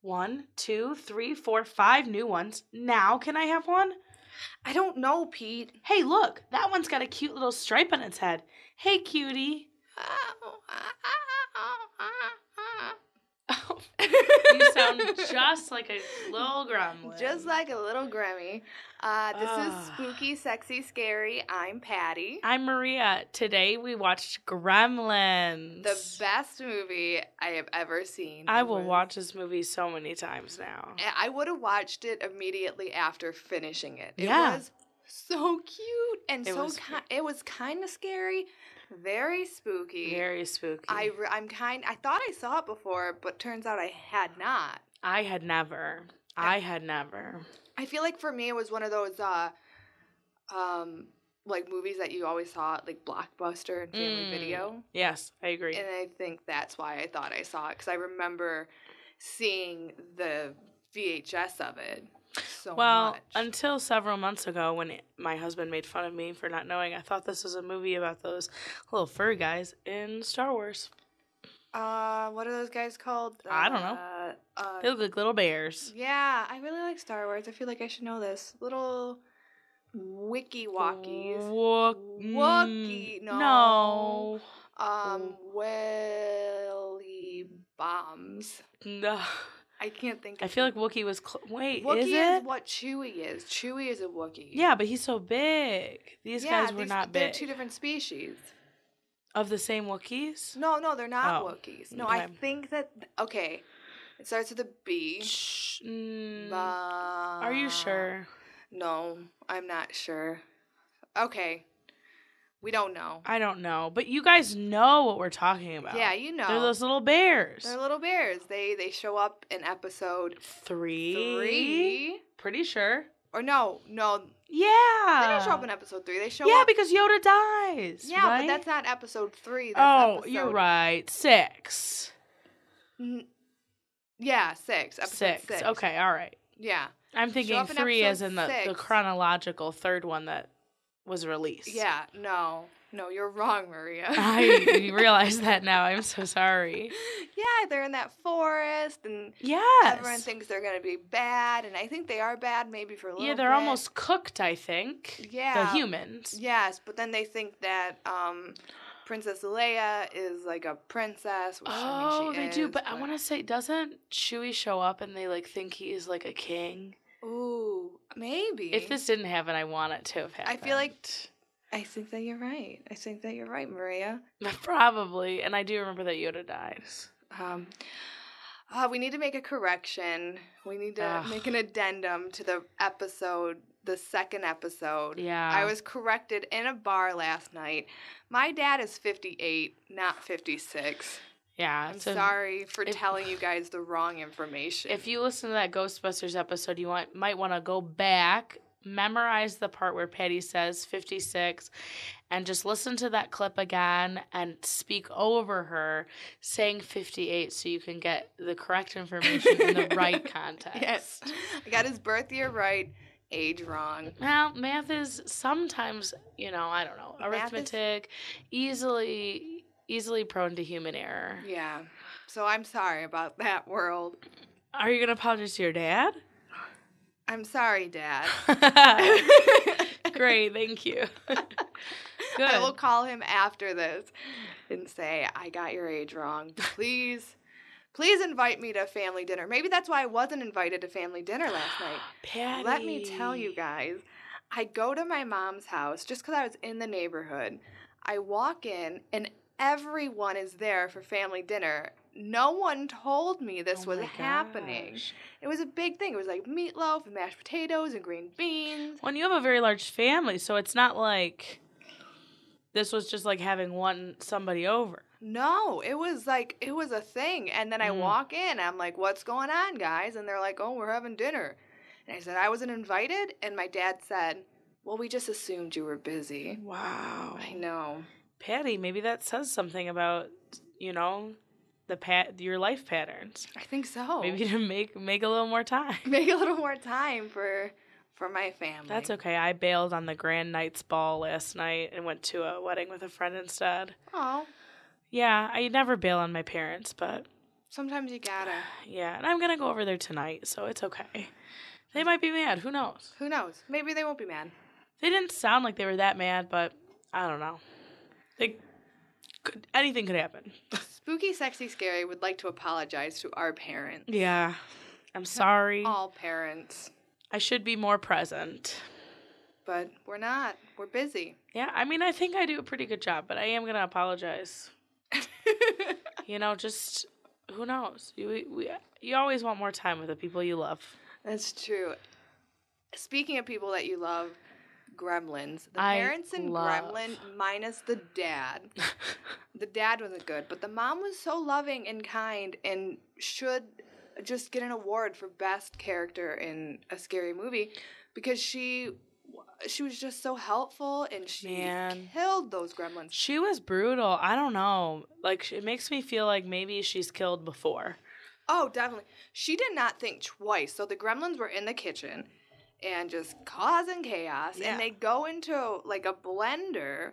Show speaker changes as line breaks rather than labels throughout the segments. one, two, three, four, five new ones. Now can I have one?
I don't know, Pete.
Hey, look, that one's got a cute little stripe on its head. Hey, cutie. you sound just like a little gremlin.
Just like a little Grammy. Uh, this is
Ah.
spooky, sexy, scary. I'm Patty.
I'm Maria. Today we watched Gremlins.
The best movie I have ever seen.
I
It
will
was-
watch this movie so many times now.
I- I would have watched it immediately after finishing it. It
Yeah.
was so cute and
It
so
was
ki- it was kind of scary, very spooky.
Very spooky.
I re- I'm kind. I thought I saw it before, but turns out I had not.
I had never. I had never.
I feel like for me it was one of those uh um like movies that you always saw at like Blockbuster and Family
Mm.
Video.
Yes, I agree.
And I think that's why I thought I saw it cuz I remember seeing the VHS of it so
well,
much.
until several months ago when it- my husband made fun of me for not knowing, I thought this was a movie about those little fur guys in Star Wars.
uh what are those guys called?
I don't know.
Uh, uh,
They look like little bears.
yeah, I really like Star Wars. I feel like I should know this. Little wiki walkies.
Wook-
Wookie-
mm,
no.
No.
Um welly bombs.
No.
I can't think.
I
of
feel
it.
like Wookie was. Cl- Wait,
Wookiee
is
is,
it?
what Chewie is. Chewie is a Wookiee.
yeah, but he's so big. These
Yeah,
guys were
these-
not
They're
big.
two different species.
of the same Wookiees?
No, no, they're not
Oh,
Wookiees. No, I
okay.
think that okay. It starts with a B.
Shh. mm,
Are
Are you sure?
No, I'm not sure. Okay, we don't know.
I don't know, but you guys know what we're talking about.
Yeah, you know.
They're those little bears.
They're little bears. They they show up in episode
Three.
three.
Pretty sure.
Or no, no,
Yeah.
they don't show up in episode three. They show
yeah,
up.
because Yoda dies.
yeah,
right?
but that's not episode three. That's
Oh, you're
episode
right. Six.
N- Yeah, six. Episode six.
six. Okay, all right.
Yeah.
I'm thinking
up in
three as
episode
in the, the
six.
chronological third one that was released.
Yeah. No. No, you're wrong, Maria.
I realize that now. I'm so sorry.
yeah, they're in that forest, and
Yes.
everyone thinks they're gonna be bad, and I think they are bad, maybe for a little.
yeah, they're
bit.
almost cooked, I think.
Yeah.
The humans.
Yes, but then they think that um, Princess Leia is like a princess. Which, I
Oh,
mean, she
they do.
is,
But I want to say, doesn't Chewie show up and they like think he is like a king?
Ooh, maybe.
If this didn't happen, I want it to have
I
happened.
feel like- I think that you're right. I think that you're right, Maria.
probably. And I do remember that Yoda dies.
Um, uh, we need to make a correction. We need to
Ugh.
make an addendum to the episode, the second episode.
Yeah.
I was corrected in a bar last night. My dad is 58, not 56.
Yeah.
I'm
so
sorry for
if-
telling you guys the wrong information.
If you listen to that Ghostbusters episode, you want, might want to go back, memorize the part where Patty says 56, and just listen to that clip again and speak over her saying 58 so you can get the correct information in the right context.
yes, I got his birth year right, age wrong.
Well, math is sometimes, you know, I don't know,
Math is-
arithmetic, easily easily prone to human error.
Yeah. So I'm sorry about that world.
Are you gonna apologize to your dad?
I'm sorry, Dad.
Great, thank you. Good.
I will call him after this and say, I got your age wrong. Please, please invite me to family dinner. Maybe that's why I wasn't invited to family dinner last night.
Patty.
Let me tell you guys, I go to my mom's house just because I was in the neighborhood. I walk in and everyone is there for family dinner. No one told me this
Oh
was
my
happening.
gosh.
It was a big thing. It was like meatloaf and mashed potatoes and green beans.
Well, and you have a very large family, so it's not like this was just like having one somebody over.
No, it was like it was a thing. And then I
Mm.
walk in, I'm like, "What's going on, guys?" And they're like, "Oh, we're having dinner." And I said, "I wasn't invited." And my dad said, "Well, we just assumed you were
Mm.
busy."
Wow.
I know.
Patty, maybe that says something about, you know, the pat your life patterns.
I think so.
Maybe to make make a little more time.
make a little more time for for my family.
That's okay. I bailed on the Grand Knights ball last night and went to a wedding with a friend instead.
Oh,
Yeah, I never bail on my parents, but
Sometimes you gotta.
Yeah, and I'm gonna go over there tonight, so it's okay. They might be mad. Who knows?
Who knows? Maybe they won't be mad.
They didn't sound like they were that mad, but I don't know. They could anything could happen.
Spooky, sexy, scary would like to apologize to our parents.
Yeah. I'm sorry.
All parents.
I should be more present.
But we're not. We're busy.
Yeah, I mean, I think I do a pretty good job, but I am gonna apologize. You know, just who knows? You we, you always want more time with the people you love.
That's true. Speaking of people that you love, Gremlins. The
I
parents in
love-
Gremlin minus the dad. the dad wasn't good, but the mom was so loving and kind and should just get an award for best character in a scary movie because she she was just so helpful and she
Man.
killed those gremlins.
She was brutal. I don't know. Like sh- it makes me feel like maybe she's killed before.
Oh, definitely. She did not think twice. So the gremlins were in the kitchen and just causing chaos
Yeah.
and they go into like a blender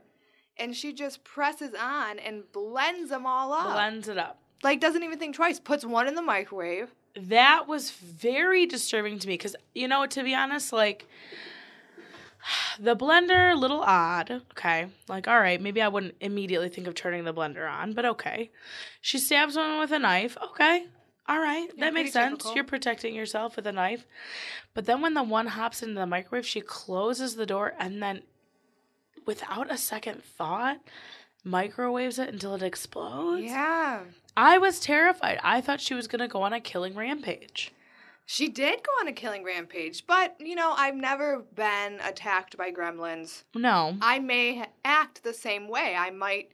and she just presses on and blends them all up.
Blends it up.
like doesn't even think twice. Puts one in the microwave.
that was very disturbing to me because you know to be honest like the blender a little odd okay like all right maybe i wouldn't immediately think of turning the blender on but okay she stabs one with a knife okay all right
Yeah,
that makes
pretty
sense
typical.
you're protecting yourself with a knife but then when the one hops into the microwave she closes the door and then without a second thought microwaves it until it explodes
Yeah.
i was terrified i thought she was going to go on a killing rampage
She did go on a killing rampage, but you know, I've never been attacked by gremlins.
No.
I may ha- act the same way. I might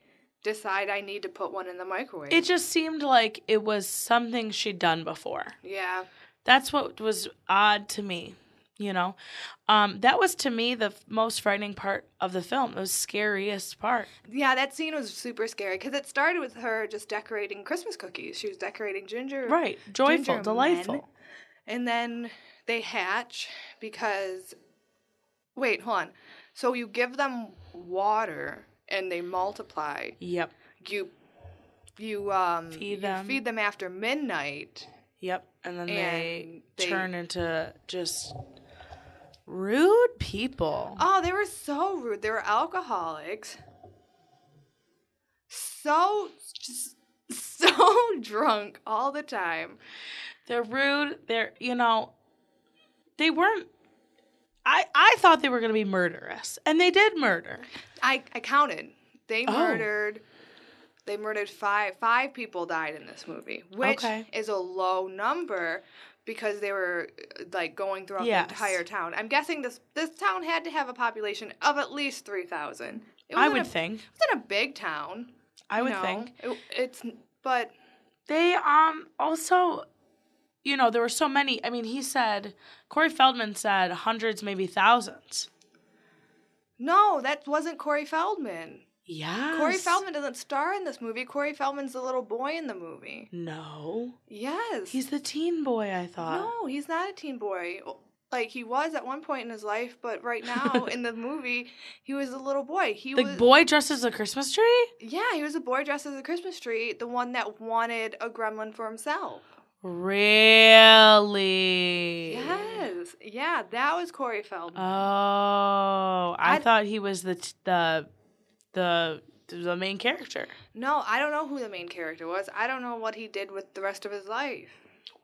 decide I need to put one in the microwave.
It just seemed like it was something she'd done before.
yeah.
That's what was odd to me, you know? Um, that was to me the f- most frightening part of the film, the scariest part.
Yeah, that scene was super scary because it started with her just decorating Christmas cookies. She was decorating ginger.
Right. Joyful,
Ginger
delightful.
men. And then they hatch because. Wait, hold on. So you give them water and they multiply.
Yep.
You. You um
Feed
you
them.
feed them after midnight.
Yep. And then they,
And they-
turn into just rude people.
Oh, they were so rude. They were alcoholics. So just so drunk all the time.
They're rude. They're, you know, they weren't. I, I thought they were going to be murderous, and they did murder.
I, I counted. They
Oh.
murdered. They murdered five. Five people died in this movie, which
Okay.
is a low number because they were uh, like going throughout
Yes.
the entire town. I'm guessing this this town had to have a population of at least three thousand.
I would think.
It wasn't a big town.
I
you
would
know?
think.
It- it's but
They um also, you know, there were so many. I mean, he said Corey Feldman said hundreds, maybe thousands.
no, that wasn't Corey Feldman.
Yeah.
Corey Feldman doesn't star in this movie. Corey Feldman's the little boy in the movie.
No,
Yes,
he's the teen boy. I thought.
No, he's not a teen boy. Like he was at one point in his life, but right now in the movie, he was a little boy. He
the
was
boy dressed as a Christmas tree.
Yeah, he was a boy dressed as a Christmas tree, the one that wanted a gremlin for himself.
Really?
Yes. Yeah, that was Corey
Uh,
Feldman.
Oh, I,
I-
thought he was the t- the the the main character.
no, I don't know who the main character was. I don't know what he did with the rest of his life.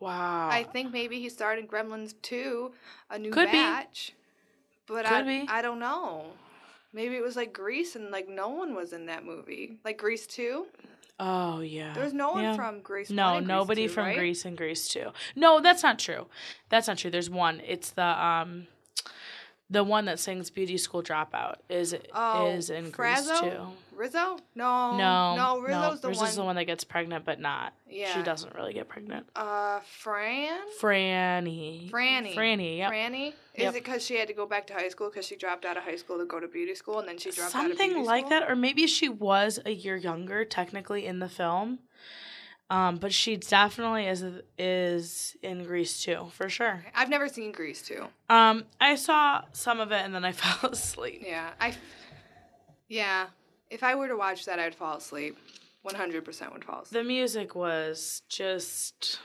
Wow.
I think maybe he started Gremlins 2, a new
Could be.
batch. But I
Could be.
I don't know. Maybe it was like Grease and like no one was in that movie. Like Grease 2?
oh yeah.
There was no one
Yeah.
from Greece.
No, nobody from
Greece.
Greece and Greece too. No, that's not true. That's not true. There's one. It's the um, the one that sings "Beauty School Dropout" is
Oh,
is in Greece
Frazzo?
too.
Rizzo? No.
No,
No, Rizzo's the
Rizzo's
one.
the one that gets pregnant, but not.
Yeah.
She doesn't really get pregnant.
Uh, Fran?
Franny.
Franny.
Franny. Yep.
Franny? Is
Yep.
it because she had to go back to high school because she dropped out of high school to go to beauty school and then she dropped out of beauty
Something like
school?
that, or maybe she was a year younger technically in the film. Um, but she definitely is is in Greece too, for sure.
I've never seen Grease too.
Um, I saw some of it and then I fell asleep.
Yeah. I. Yeah. If I were to watch that, I'd fall asleep. 100% Wood Falls.
The music was just,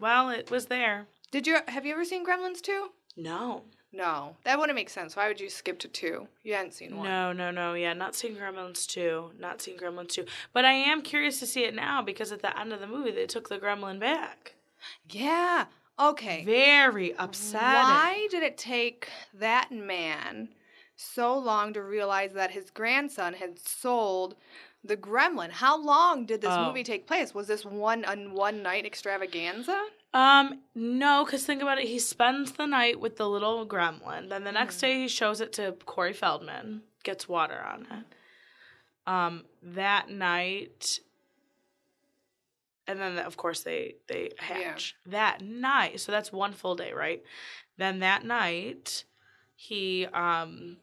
well, it was there.
Did you have you ever seen Gremlins 2?
No.
No. That wouldn't make sense. Why would you skip to 2? You hadn't seen one.
No, no, no. Yeah, not seen Gremlins 2. Not seen Gremlins 2. But I am curious to see it now because at the end of the movie, they took the gremlin back.
Yeah. Okay.
Very upsetting.
Why did it take that man so long to realize that his grandson had sold the gremlin? How long did this
Oh.
movie take place? Was this one a one night extravaganza?
Um, no, because think about it. He spends the night with the little gremlin. Then the next
Mhm.
day, he shows it to Corey Feldman, gets water on it. Um, that night, and then of course they they hatch that night. So that's one full day, right? Then that night, he um.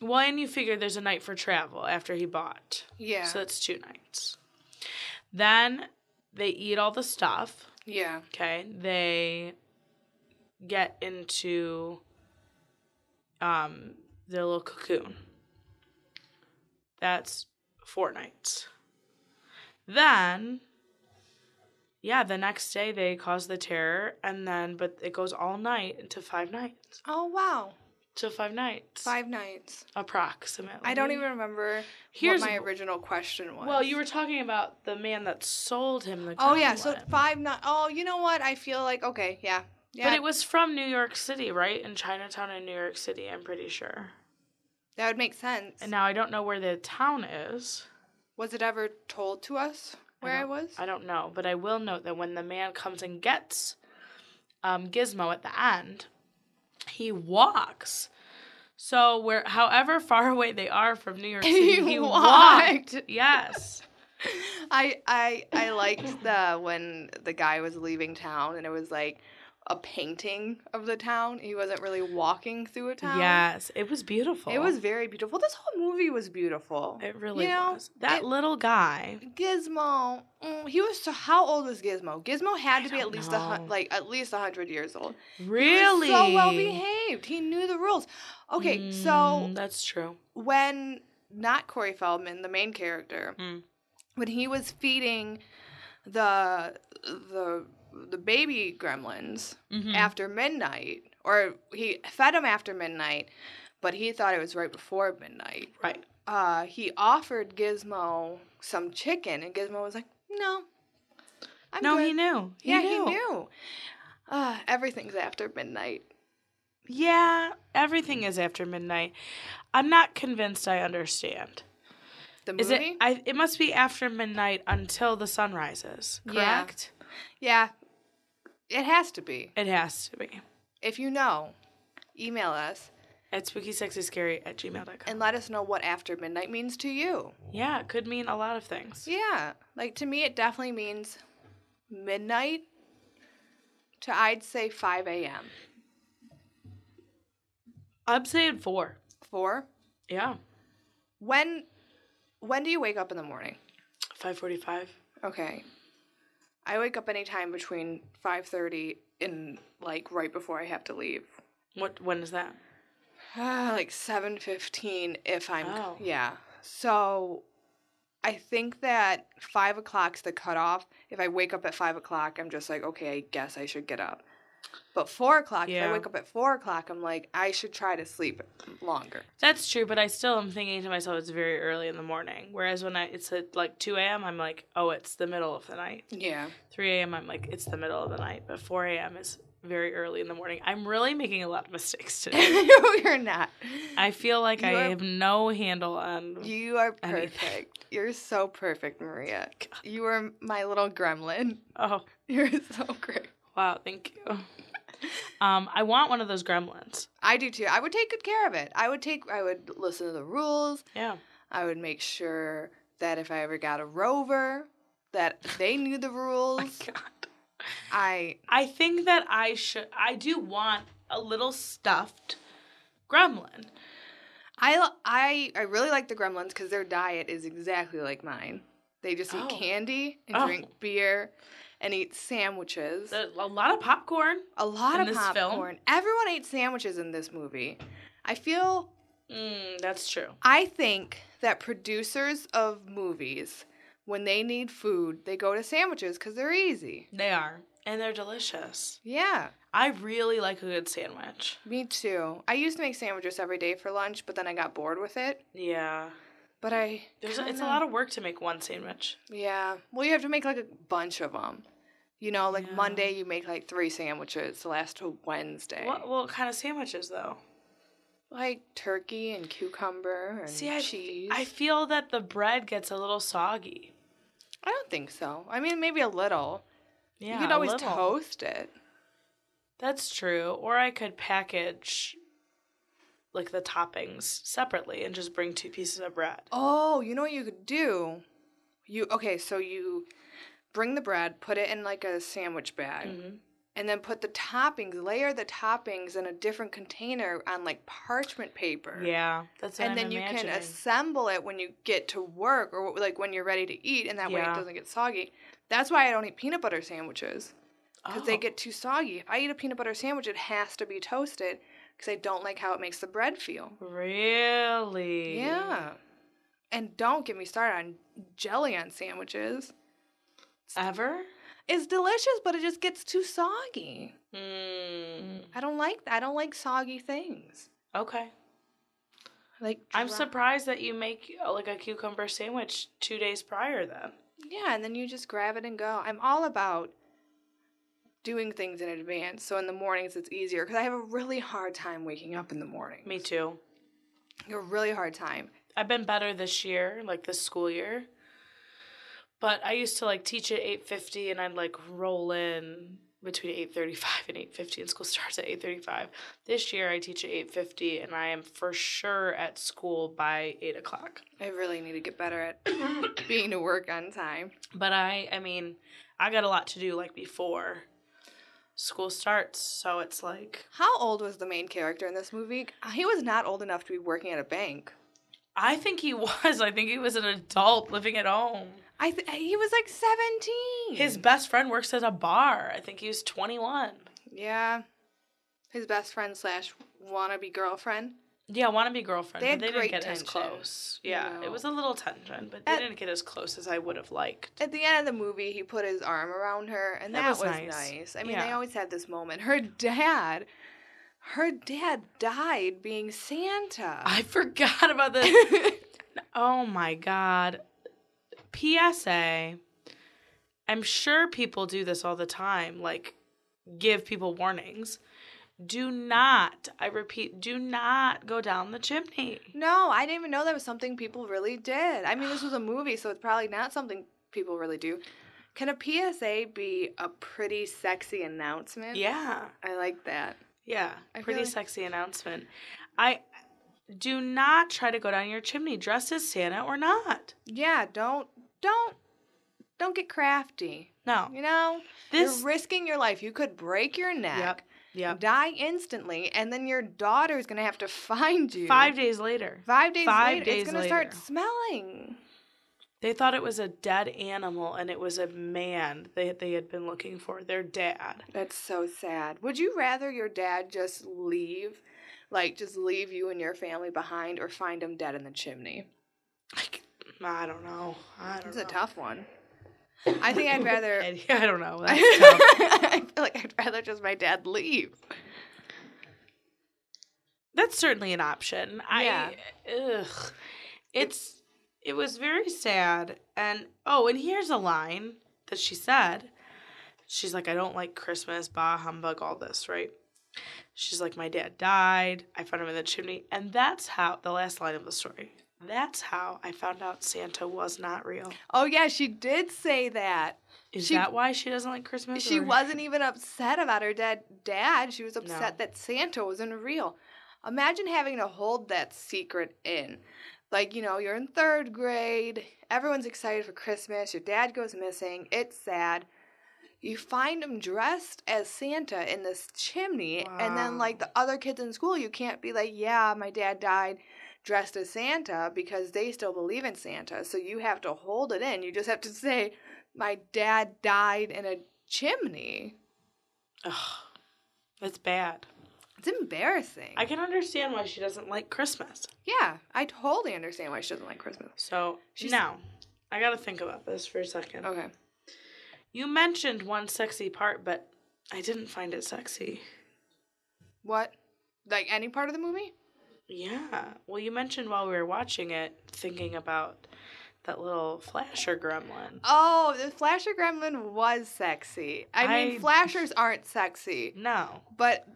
Well, and you figure there's a night for travel after he bought.
Yeah.
So that's two nights. Then they eat all the stuff.
yeah.
Okay. They get into um their little cocoon. That's four nights. Then yeah, the next day they cause the terror and then but it goes all night into five nights.
Oh wow.
To five nights.
Five nights.
approximately.
I don't even remember
Here's
what my original question was.
Well, you were talking about the man that sold him the
Oh yeah, so
gremlin.
five not Oh, you know what? I feel like okay, yeah. Yeah.
But it was from New York City, right? In Chinatown in New York City, I'm pretty sure.
that would make sense.
And now I don't know where the town is.
was it ever told to us where I,
don't-
was?
I don't know, but I will note that when the man comes and gets um, Gizmo at the end, he walks. So where, however far away they are from New York City, he, walked. Yes.
I I I liked the when the guy was leaving town and it was like a painting of the town. He wasn't really walking through a town.
Yes. It was beautiful.
It was very beautiful. This whole movie was beautiful.
It really
you know,
was. That
it-
little guy.
Gizmo, mm, he was so. How old was Gizmo? Gizmo had to be
don't
at least a
know.
hun- like at least a hundred years old. He was
Really?
so well behaved. He knew the rules. Okay, so
Mm, that's true.
when not Corey Feldman, the main character,
Mm.
when he was feeding the the the baby gremlins
Mm-hmm. Mm.
after midnight, or he fed them after midnight, but he thought it was right before midnight.
Right.
Uh, he offered Gizmo some chicken, and Gizmo was like, "No, I'm
no,
good."
he knew.
yeah, he knew. Uh, everything's after midnight.
Yeah, everything is after midnight. I'm not convinced I understand.
The movie,
Is it? I. It must be after midnight until the sun rises.
Yeah.
Correct.
yeah, it has to be.
It has to be.
If you know, email us
At spookysexyscary at gmail.com.
and let us know what after midnight means to you.
yeah, it could mean a lot of things.
Yeah, like to me, it definitely means midnight to I'd say 5 a.m.
I'm saying four.
Four.
Yeah,
When when do you wake up in the morning?
five forty-five.
Okay, I wake up anytime between 5:30 and like right before I have to leave.
What? When is that?
Ah, like 7:15 if I'm
Oh.
yeah. So I think that five o'clock's the cutoff. If I wake up at five o'clock, I'm just like, okay, I guess I should get up. But four o'clock, if
Yeah.
I wake up at four o'clock, I'm like, I should try to sleep longer.
That's true, but I still am thinking to myself it's very early in the morning. Whereas when I it's at like two a.m., I'm like, oh, it's the middle of the night.
Yeah.
3 a.m. I'm like, it's the middle of the night, but 4 a.m. is very early in the morning. I'm really making a lot of mistakes today.
You're not.
I feel like
You
I
are-
have no handle on.
You are
Anything.
perfect. You're so perfect, Maria. You are my little gremlin.
Oh,
You're so great.
wow, thank you. Um, I want one of those gremlins.
I do too. I would take good care of it. I would take I would listen to the rules.
Yeah.
I would make sure that if I ever got a rover, that they knew the rules.
Oh God.
I
I think that I should. I do want a little stuffed gremlin.
I l- I I really like the Gremlins because their diet is exactly like mine. They just eat
Oh.
candy and
Oh.
drink beer and eat sandwiches.
A a lot of popcorn.
a lot
in
of
this film?
popcorn. Everyone ate sandwiches in this movie. I feel
Mm, that's true.
I think that producers of movies, when they need food, they go to sandwiches because they're easy.
They are. And they're delicious.
Yeah,
I really like a good sandwich.
me too. I used to make sandwiches every day for lunch, but then I got bored with it.
Yeah.
But I.
There's
I don't
it's a
know.
lot of work to make one sandwich.
Yeah. Well, you have to make like a bunch of them. You know, like
Yeah.
Monday you make like three sandwiches to last till Wednesday.
What what kind of sandwiches though?
Like turkey and cucumber and
See, I f-
cheese.
I feel that the bread gets a little soggy.
I don't think so. I mean, maybe a little.
Yeah,
you could
a
always
little.
toast it.
That's true. Or I could package like the toppings separately and just bring two pieces of bread.
Oh, you know what you could do? You okay? So you bring the bread, put it in like a sandwich bag,
Mhm.
and then put the toppings. Layer the toppings in a different container on like parchment paper.
Yeah, that's what
and
I'm
then you can
imagining.
assemble it when you get to work or like when you're ready to eat and that way
Yeah.
it doesn't get soggy that's why i don't eat peanut butter sandwiches because they
Oh.
get too soggy if i eat a peanut butter sandwich it has to be toasted because i don't like how it makes the bread feel
really
yeah and don't get me started on jelly on sandwiches
ever.
it's delicious but it just gets too soggy
Hmm. Mm.
i don't like i don't like soggy things
Okay,
like
I'm
dry-
surprised that you make uh, like a cucumber sandwich two days prior. Then
Yeah, and then you just grab it and go. I'm all about doing things in advance. So in the mornings, it's easier because I have a really hard time waking up in the morning.
me too.
A really hard time.
I've been better this year, like this school year. But I used to like teach at eight fifty, and I'd like roll in between eight thirty five and eight fifty, and school starts at eight thirty five. This year I teach at eight fifty, and I am for sure at school by eight o'clock.
I really need to get better at being to work on time.
But I, I mean, I got a lot to do like before school starts, so it's like
How old was the main character in this movie? Uh, He was not old enough to be working at a bank.
I think he was. I think he was an adult living at home.
I th- he was like 17.
His best friend works at a bar. I think he was twenty one.
yeah. His best friend slash wannabe girlfriend.
Yeah, wannabe girlfriend.
They
They,
had
but they
great
didn't get as
tension.
close. Yeah,
No.
it was a little tension, but they
At-
didn't get as close as I would have liked.
At the end of the movie, he put his arm around her, and that, was, nice. I mean, they
Yeah.
always had this moment. Her dad, her dad died being Santa.
I forgot about this. oh my god. PSA. I'm sure people do this all the time, like give people warnings. Do not, I repeat, do not go down the chimney.
no, I didn't even know that was something people really did. I mean, this was a movie, so it's probably not something people really do. Can a PSA be a pretty sexy announcement?
Yeah.
I like that.
Yeah.
I feel
pretty
like-
sexy announcement. I do not try to go down your chimney dressed as Santa or not.
Yeah, don't don't don't get crafty.
No.
You know,
This
you're risking your life. You could break your neck.
Yep. Yep.
die instantly, and then your daughter's gonna have to find you.
Five days later,
Five days
five
later,
days
it's gonna start
later.
smelling.
they thought it was a dead animal, and it was a man they they had been looking for. Their dad.
That's so sad. Would you rather your dad just leave, like just leave you and your family behind, or find him dead in the chimney?
Like, I don't know. I don't
It's
know.
a tough one. I think I'd rather.
And- I don't know. That's tough.
I feel like I'd rather just my dad leave.
That's certainly an option. I
Yeah.
ugh. It's it was very sad. And oh, and here's a line that she said. She's like, I don't like Christmas, bah humbug, all this, right? She's like, My dad died. I found him in the chimney. And that's how the last line of the story. That's how I found out Santa was not real.
Oh yeah, she did say that.
Is
She-
that why she doesn't like Christmas?
She
or-
wasn't even upset about her dead dad. She was upset
No.
that Santa wasn't real. Imagine having to hold that secret in. Like, you know, you're in third grade, everyone's excited for Christmas, your dad goes missing, it's sad. You find him dressed as Santa in this chimney, and then,
Wow.
like the other kids in school, you can't be like, yeah, my dad died dressed as Santa because they still believe in Santa. So you have to hold it in. You just have to say, my dad died in a chimney.
Ugh. That's bad.
It's embarrassing.
I can understand why she doesn't like Christmas.
yeah, I totally understand why she doesn't like Christmas.
So
She's- Oh.
now, I gotta think about this for a second.
Okay.
You mentioned one sexy part, but I didn't find it sexy.
What? Like any part of the movie?
Yeah. Well, you mentioned while we were watching it, thinking about that little flasher gremlin.
Oh, the Flasher Gremlin was sexy. I, mean,
I-
flashers aren't sexy,
No.
but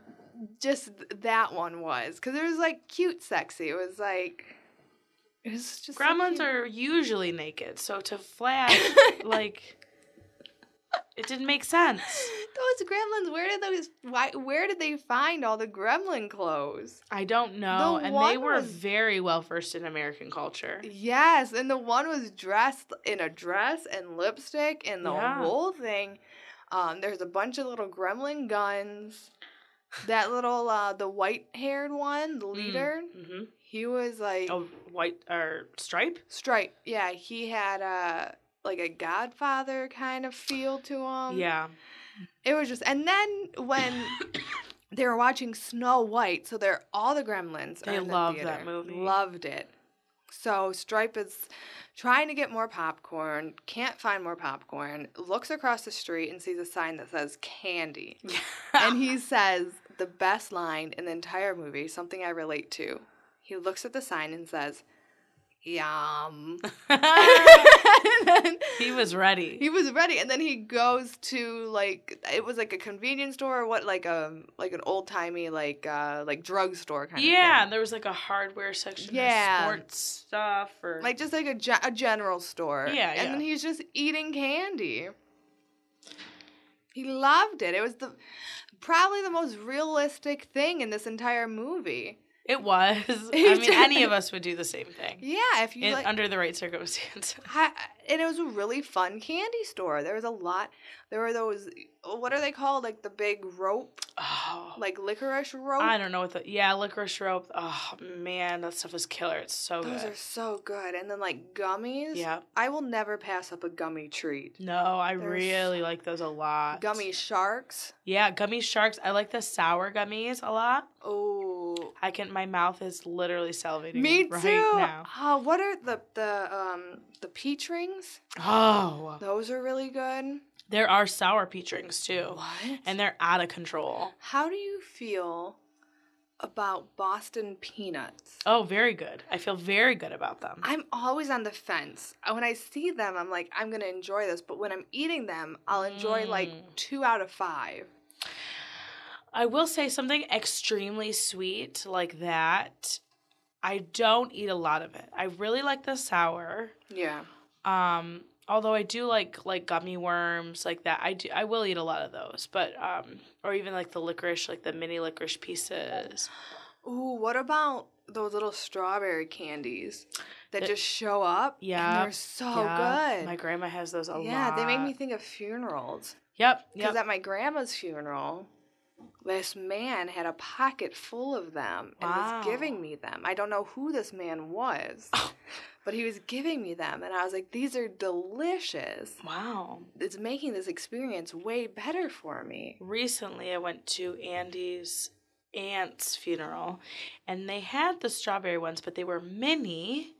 just that one was because it was like cute, sexy. It was like it was just so
Gremlins
cute.
are usually naked, so to flash, like, it didn't make sense.
those gremlins. Where did those? Why? Where did they find all the gremlin clothes?
I don't know.
The
and they
one
were
was-
very well versed in American culture.
Yes, and the one was dressed in a dress and lipstick and the
Yeah.
whole thing. Um, there's a bunch of little gremlin guns. That little uh, the white haired one, the leader,
Mm-hmm.
he was like
Oh, white or stripe?
stripe. Yeah, he had a like a Godfather kind of feel to him.
yeah.
it was just. And then when they were watching Snow White, so they're all the Gremlins. are
They
in the
love that
theater.
movie.
Loved it. So Stripe is trying to get more popcorn, can't find more popcorn. Looks across the street and sees a sign that says candy, and he says the best line in the entire movie, something I relate to. He looks at the sign and says, "Yum." and then
he was ready.
he was ready, and then he goes to like it was like a convenience store, or what like a like an old timey like uh like drugstore kind
yeah,
of
there was like a hardware section, yeah,
Yeah.
sports stuff, or
thing. like just like a, ge- a general store.
Yeah,
and then
yeah.
he's just eating candy. He loved it. It was the probably the most realistic thing in this entire movie.
it was. I
He
mean,
did.
any of us would do the same thing
Yeah, if you
in,
like,
under the right circumstances.
I, and it was a really fun candy store. There was a lot. There were those. What are they called? Like the big rope,
Oh,
like licorice rope.
I don't know what the yeah licorice rope. Oh man, that stuff is killer. It's so
Those
good.
are so good. And then like gummies.
Oh, yeah.
I will never pass up a gummy treat.
No, I
They're
really like those a lot.
Gummy sharks.
Yeah, gummy sharks. I like the sour gummies a lot.
Oh.
I can. My mouth is literally salivating.
Me too.
right Now.
Oh, what are the the um the peach rings?
Oh,
Those are really good.
there are sour peach rings too,
What?
and they're out of control.
how do you feel about Boston peanuts?
Oh, very good. I feel very good about them.
I'm always on the fence. Uh, When I see them, I'm like, I'm gonna enjoy this. But when I'm eating them, I'll enjoy like
Mm.
two out of five.
I will say something extremely sweet like that. I don't eat a lot of it. I really like the sour.
Yeah.
Um, although I do like like gummy worms like that. I do. I will eat a lot of those, but um, or even like the licorice, like the mini licorice pieces.
Ooh, what about those little strawberry candies that
The-
just show up? and
Yeah,
they're so
Yeah,
Oh, good.
My grandma has those a
yeah,
lot.
they make me think of funerals.
Yep.
Because
Yep.
at my grandma's funeral, this man had a pocket full of them and
Wow. Oh.
was giving me them. I don't know who this man was, but he was giving me them, and I was like, "These are delicious."
wow.
It's making this experience way better for me.
recently I went to Andy's aunt's funeral and they had the strawberry ones, but they were mini.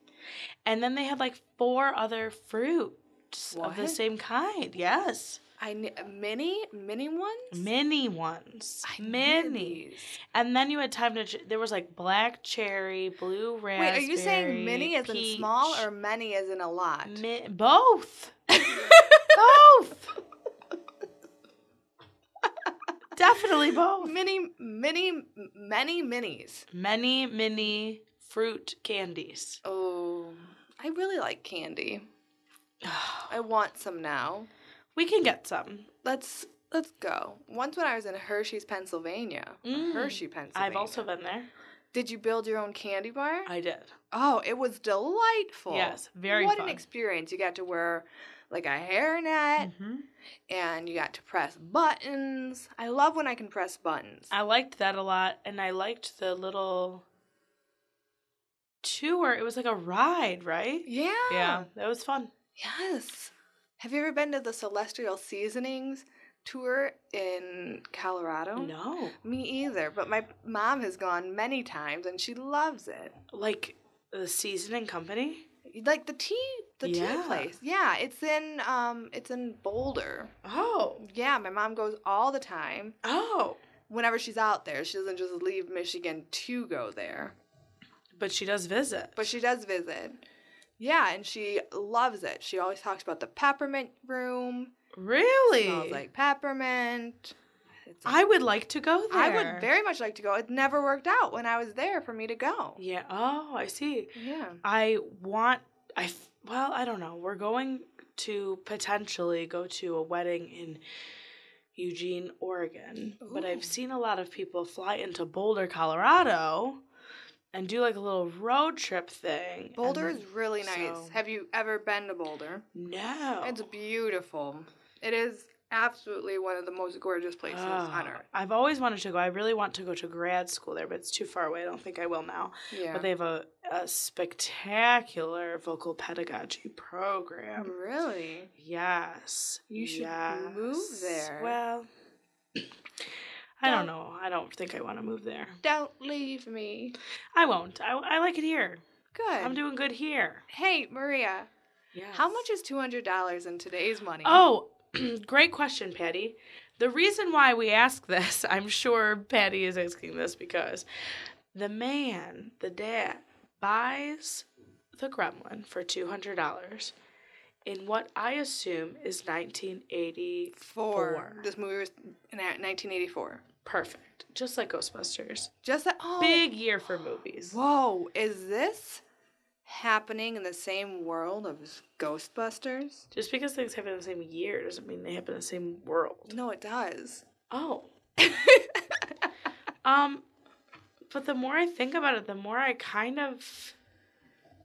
And then they had like four other fruits of the
What?
same kind. Yes.
I kn- mini mini ones.
Mini ones.
I need
mini.
these.
And then you had time to, ch- there was like black cherry, blue raspberry.
Wait, are you saying mini as in small
peach.
or many as in a lot?
Mi- both?
Both.
Definitely both.
mini, mini, m- many minis.
Many, mini fruit candies.
Oh, I really like candy. I want some now.
We can get some.
Let's let's go. Once when I was in Hershey's, Pennsylvania. or
Mm.
Hershey, Pennsylvania.
I've also been there.
Did you build your own candy bar?
I did.
oh, it was delightful.
Yes, very
What
fun.
an experience! You got to wear like a
Mm.
hairnet,
Mm-hmm.
and you got to press buttons. I love when I can press buttons.
I liked that a lot, and I liked the little tour. It was like a ride, right?
yeah.
Yeah, that was fun.
Yes. Have you ever been to the Celestial Seasonings? tour in Colorado?
No.
Me either, but my mom has gone many times and she loves it.
Like the season and company?
Like the tea the
Yeah.
tea place. Yeah, it's in um it's in Boulder.
Oh.
Yeah, my mom goes all the time.
Oh.
Whenever she's out there, she doesn't just leave Michigan to go there.
But she does visit.
But she does visit. Yeah, and she loves it. She always talks about the peppermint room.
really?
Smells like peppermint. It's
I would like to go there.
I would very much like to go. It never worked out when I was there for me to go.
Yeah. Oh, I see.
Yeah.
I want. I f- well, I don't know. We're going to potentially go to a wedding in Eugene, Oregon, but
Ooh.
I've seen a lot of people fly into Boulder, Colorado, and do like a little road trip thing. and
Boulder
then-
is really nice.
so- Oh.
Have you ever been to Boulder?
no.
It's beautiful. It is absolutely one of the most gorgeous places on
Oh,
earth.
I've always wanted to go. I really want to go to grad school there, but it's too far away. I don't think I will now.
Yeah.
But they have a, a spectacular vocal pedagogy program.
really?
Yes.
You should move
yes.
there.
Well, I don't
Don't-
know. I don't think I want to move there.
Don't leave me.
I won't. I, I like it here.
Good.
I'm doing good here.
hey, Maria,
Yes.
how much is $200 in today's money?
Oh, great question, Patty. The reason why we ask this, I'm sure Patty is asking this because the man, the dad, buys the gremlin for $200 in what I assume is 1980.
Four.
four.
This movie was in 1984.
Perfect. Just like Ghostbusters.
Just that. Oh.
Big year for movies.
Whoa, is this happening in the same world as Ghostbusters?
Just because things happen in the same year doesn't mean they happen in the same world.
No, it does.
Oh. um but the more I think about it, the more I kind of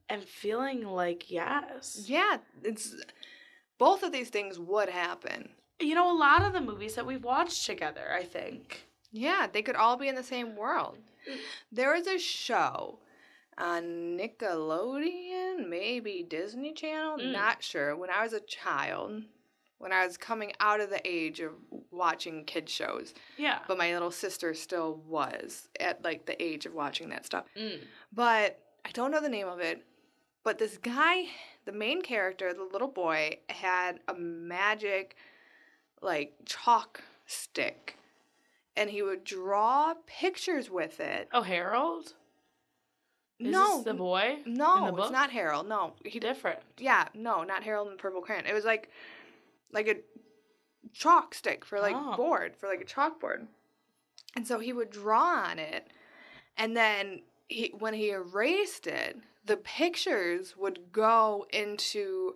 am feeling like yes.
Yeah, it's both of these things would happen.
You know, a lot of the movies that we've watched together, I think.
Yeah, they could all be in the same world. There was a show on Nickelodeon, maybe Disney Channel,
Mm.
not sure. When I was a child, when I was coming out of the age of watching kid shows,
Yeah.
but my little sister still was at like the age of watching that stuff.
Mm.
But I don't know the name of it. But this guy, the main character, the little boy, had a magic like chalk stick. And he would draw pictures with it.
Oh, Harold? Is
no.
this the boy? in
no,
the
it's
book?
not Harold. No. He did
Different.
Yeah, no, not Harold and the Purple Crayon. It was like like a chalk stick for like
Oh.
board, for like a chalkboard. And so he would draw on it. And then he when he erased it, the pictures would go into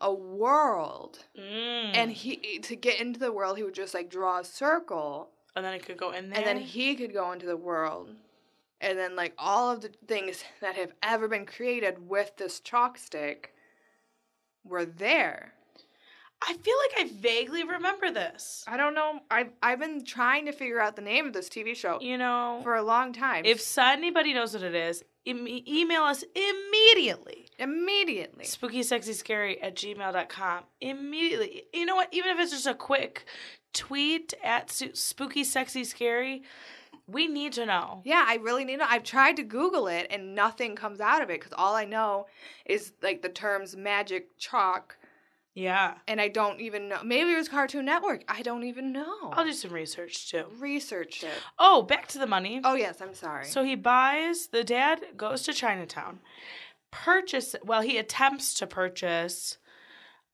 a world.
Mm.
And he to get into the world, he would just like draw a circle
and then it could go in there.
and then he could go into the world. And then like all of the things that have ever been created with this chalk stick were there.
I feel like I vaguely remember this.
I don't know. I've I've been trying to figure out the name of this TV show
You know,
for a long time.
If so- anybody knows what it is, em- email us immediately.
immediately.
Spooky, sexy, scary at gmail.com. Immediately. You know what? Even if it's just a quick tweet at su- spooky, sexy, scary, we need to know.
Yeah, I really need to. I've tried to Google it and nothing comes out of it because all I know is like the terms magic chalk,
Yeah.
and I don't even know. Maybe it was Cartoon Network. I don't even know.
I'll do some research too.
research it.
Oh, back to the money.
Oh yes, I'm sorry.
So he buys, the dad goes to Chinatown, purchase, well, he attempts to purchase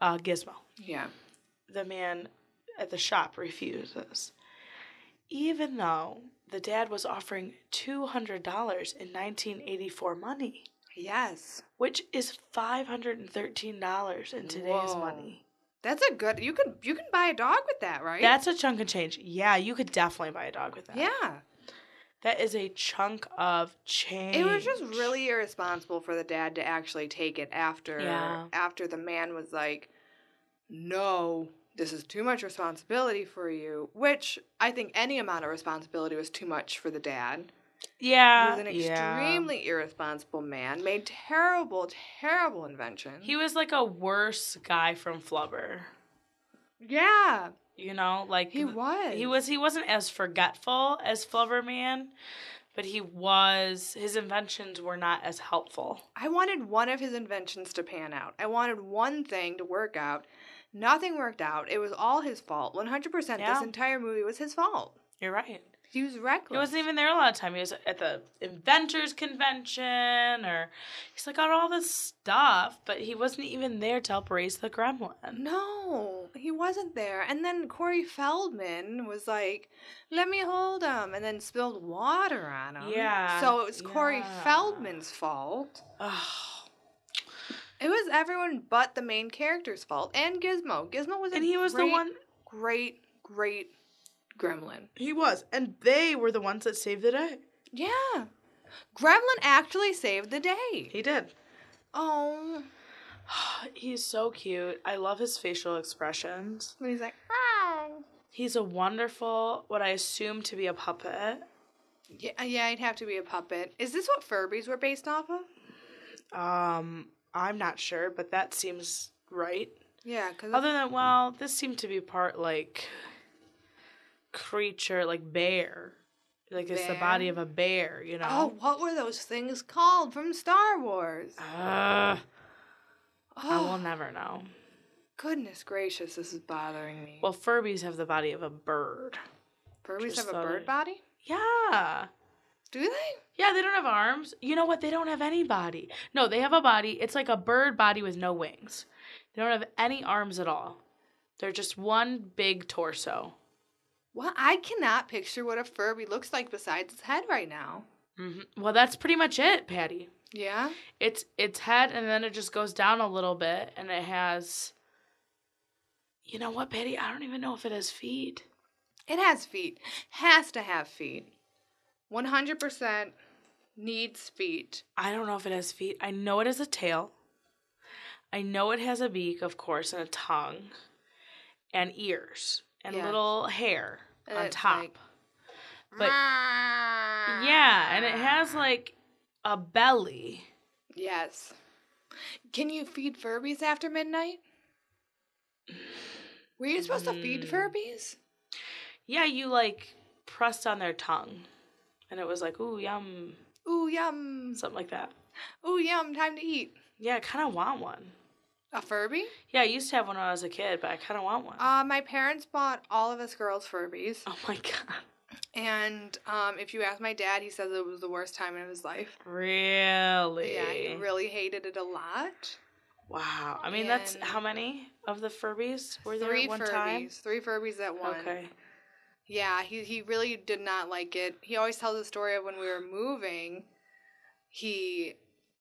uh, Gizmo.
yeah.
the man at the shop refuses. Even though the dad was offering $200 in 1984 money,
Yes.
which is $513 in today's
Whoa.
money.
That's a good. You could you can buy a dog with that, right?
That's a chunk of change. Yeah, you could definitely buy a dog with that.
yeah.
That is a chunk of change.
It was just really irresponsible for the dad to actually take it after
Yeah.
after the man was like, "No, this is too much responsibility for you." Which I think any amount of responsibility was too much for the dad. He
Yeah.
was an
yeah.
extremely irresponsible man. Made terrible, terrible inventions.
He was like a worse guy from Flubber.
yeah,
You know, like
He was.
he was he wasn't as forgetful as Flubberman, but he was his inventions were not as helpful.
I wanted one of his inventions to pan out. I wanted one thing to work out. Nothing worked out. It was all his fault. 100%
Yeah.
this entire movie was his fault.
You're right.
He was reckless.
He wasn't even there a lot of time. He was at the inventors convention or he's like on all this stuff, but he wasn't even there to help raise the gremlin.
No, he wasn't there. And then Corey Feldman was like, let me hold him, and then spilled water on him.
Yeah,
So it was Corey
yeah.
Feldman's fault.
Oh.
It was everyone but the main character's fault and Gizmo. Gizmo was a
And he was
great,
the one
great, great gremlin.
he was. And they were the ones that saved the day.
Yeah. Gremlin actually saved the day.
He did.
Oh.
He's so cute. I love his facial expressions.
And he's like, oh.
He's a wonderful, what I assume to be a puppet.
Yeah, uh, yeah, I'd have to be a puppet. Is this what Furbies were based off of?
Um, I'm not sure, but that seems right.
Yeah, because
Other than well, this seemed to be part like creature, like bear, like it's the body
Bear?
of a bear, you
Oh,
know.
what were those things called from Star Wars?
Ugh, I will
Oh,
never know.
goodness gracious, this is bothering me.
Well, Furbies have the body of a bird.
Furbies
just
have a
thought
bird
I-
body?
Yeah.
Do they?
Yeah, they don't have arms. You know what? They don't have any body. No, they have a body. It's like a bird body with no wings. They don't have any arms at all. They're just one big torso.
Well, I cannot picture what a Furby looks like besides its head right now.
hmm Well, that's pretty much it, Patty.
Yeah?
It's its head, and then it just goes down a little bit, and it has. You know what, Patty? I don't even know if it has feet.
It has feet. Has to have feet. 100% needs feet.
I don't know if it has feet. I know it has a tail. I know it has a beak, of course, and a tongue, and ears, and
Yeah.
little hair
And
on
it's
top.
like- ah.
But- yeah, and it has like a belly.
Yes. Can you feed Furbies after midnight? Were you supposed to feed
Mm.
Furbies?
Yeah, you like pressed on their tongue, and it was like, ooh, yum,
Ooh, yum.
something like that.
Ooh, yum, time to eat.
Yeah, I kind of want one.
A Furby?
Yeah, I used to have one when I was a kid, but I kind of want one.
Uh, my parents bought all of us girls Furbies.
oh my god,
And um, if you ask my dad, he says it was the worst time in his life.
really?
Yeah, he really hated it a lot.
Wow. I mean, that's
And-
how many of the Furbies were there
Three
at one
Furbies.
time?
Three Furbies at once.
Okay.
Yeah, he he really did not like it. He always tells the story of when we were moving, he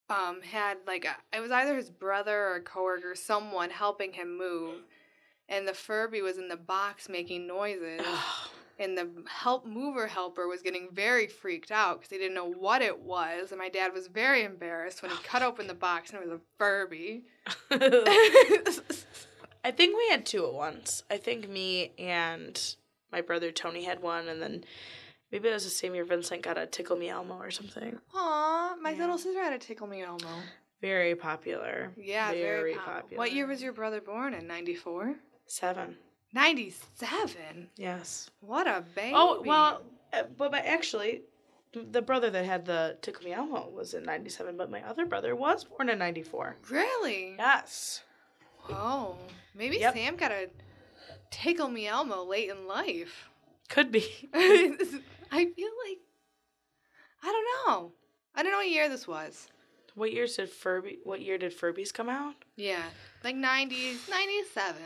um had like a, it was either his brother or a coworker, someone helping him move, and the Furby was in the box making noises,
Ugh.
and the help mover helper was getting very freaked out because he didn't know what it was, and my dad was very embarrassed when he cut open the box and it was a Furby.
I think we had two at once. I think me and my brother Tony had one, and then maybe it was the same year Vincent got a Tickle Me Elmo or something.
Aw, my
Yeah.
little sister had a tickle me Elmo.
Very popular.
Yeah, very,
Very
pop-
popular.
What year was your brother born in? Ninety four.
Seven.
97?
Yes.
What a baby.
Oh well, uh, but, but actually, the brother that had the Tickle Me Elmo was in '97, but my other brother was born in '94.
Really?
Yes.
Oh. Maybe
Yep.
Sam got a tickle me Elmo late in life.
Could be.
I feel like. I don't know. I don't know what year this was.
What years did Furby? What year did Furbies come out?
Yeah. Like 90s, 97.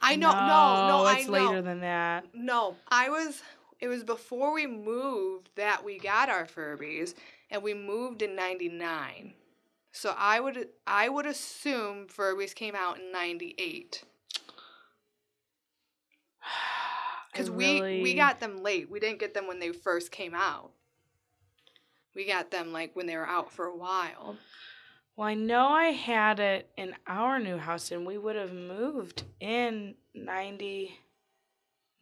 I know. No, no, I
it's
know.
later than that.
No, I was. It was before we moved that we got our Furbies, and we moved in '99. So I would I would assume Furbies came out in '98
I
because we we
really-
got them late. We didn't get them when they first came out. We got them like when they were out for a while.
Well, I know I had it in our new house, and we would have moved in 90,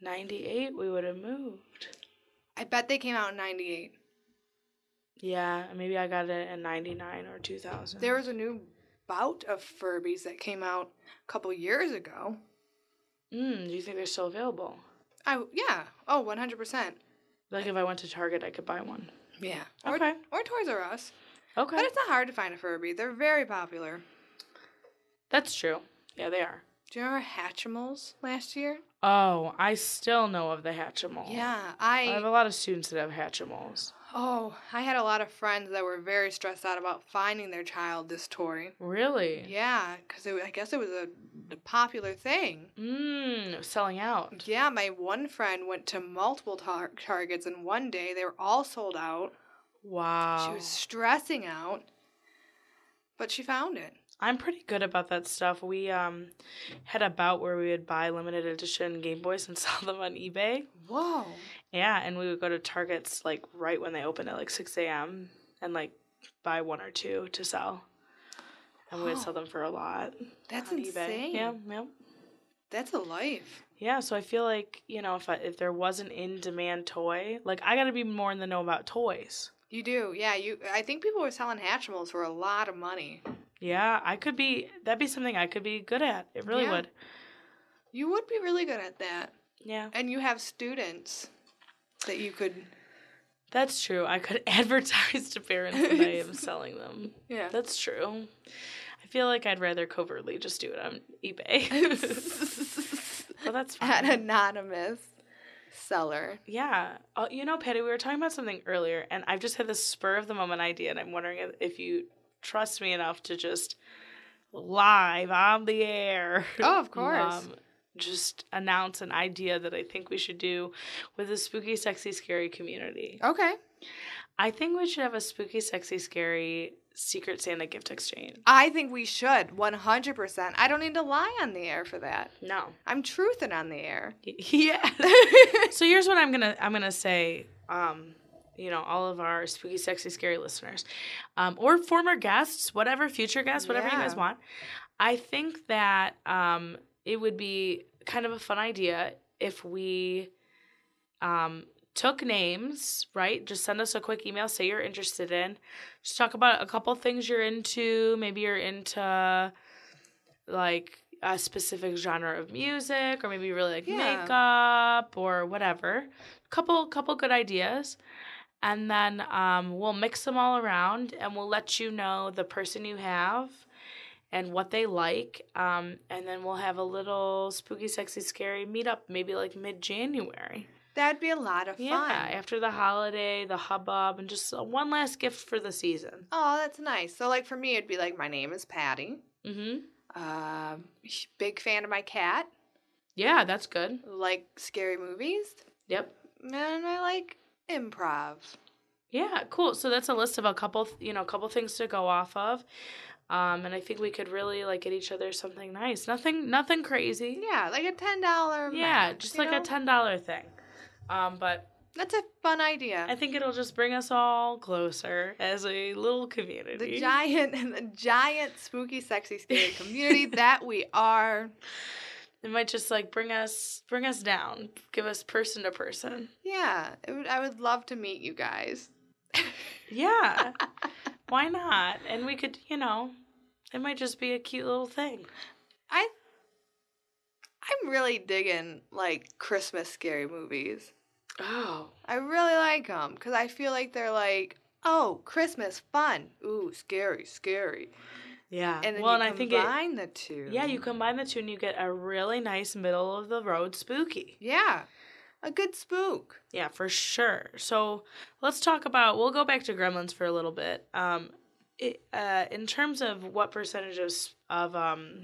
98. We would have moved.
I bet they came out in '98.
Yeah, maybe I got it in 99 or 2000.
There was a new bout of Furbies that came out a couple years ago.
Mm, do you think they're still available?
I yeah. Oh, 100%.
Like if I went to Target, I could buy one.
Yeah. Or,
Okay.
or Toys R Us.
Okay.
But it's not hard to find a Furby. They're very popular.
That's true. Yeah, they are.
Do you remember Hatchimals last year?
Oh, I still know of the Hatchimal.
Yeah,
I have a lot of students that have Hatchimals.
Oh, I had a lot of friends that were very stressed out about finding their child this Tory.
Really?
Yeah, because I guess it was a, a popular thing.
Mmm, selling out.
Yeah, my one friend went to multiple tar- Targets in one day. They were all sold out.
Wow.
She was stressing out, but she found it.
I'm pretty good about that stuff. We um had a bout where we would buy limited edition Game Boys and sell them on eBay.
Whoa.
Yeah, and we would go to Targets like right when they open at like 6 a.m. and like buy one or two to sell. And we would sell them for a lot.
That's
on eBay.
insane.
Yeah, yeah.
That's a life.
Yeah, so I feel like, you know, if I, if there was an in demand toy, like I got to be more in the know about toys.
You do. Yeah, you I think people were selling Hatchimals for a lot of money.
Yeah, I could be that'd be something I could be good at. It really
Yeah.
would.
You would be really good at that.
Yeah.
And you have students that you could
That's true. I could advertise to parents that I am selling them.
Yeah.
That's true. I feel like I'd rather covertly just do it on eBay. well, that's fine.
An anonymous seller.
yeah. Oh, you know, Patty, we were talking about something earlier, and I've just had this spur of the moment idea, and I'm wondering if- if you trust me enough to just live on the air. um,
Oh, of course.
just announce an idea that I think we should do with the spooky, sexy, scary community.
Okay.
I think we should have a spooky, sexy, scary Secret Santa gift exchange.
I think we should 100%. I don't need to lie on the air for that.
No.
I'm truthing on the air.
Yeah. so here's what I'm gonna I'm gonna say. Um, you know, all of our spooky, sexy, scary listeners, um, or former guests, whatever future guests, whatever you
Yeah.
guys want. I think that um, it would be kind of a fun idea if we um, took names, right? Just send us a quick email, say you're interested in. Just talk about a couple things you're into. Maybe you're into like a specific genre of music, or maybe you really like makeup or whatever. Couple couple good ideas. And then um, we'll mix them all around and we'll let you know the person you have and what they like. Um, and then we'll have a little spooky, sexy, scary meetup, maybe like mid January.
That'd be a lot of fun.
Yeah, after the holiday, the hubbub, and just uh, one last gift for the season.
Oh, that's nice. So, like, for me, it'd be like, my name is Patty.
Mm-hmm.
Um, big fan of my cat.
Yeah, that's good.
Like, scary movies.
Yep.
And I like improv.
Yeah, cool. So that's a list of a couple, th- you know, a couple things to go off of, um, and I think we could really like get each other something nice. Nothing, nothing crazy.
Yeah, like a $10 amount,
Yeah, just
you
like
know?
a ten dollar thing. Um, but
That's a fun idea.
I think it'll just bring us all closer as a little community.
the giant and the giant spooky sexy scary community that we are
it might just like bring us bring us down, give us person to person.
yeah it would, i would love to meet you guys
Yeah. Why not? And we could, you know, it might just be a cute little thing.
i i'm really digging like christmas scary movies
Oh.
i really like them because i feel like they're like oh christmas fun ooh scary scary
Yeah.
and then
well, and
you
I think it,
combine the two
yeah, you combine the two and you get a really nice middle of the road spooky.
yeah a good spook
Yeah, for sure. So let's talk about. We'll go back to Gremlins for a little bit. Um, it, uh, in terms of what percentage of s- of um,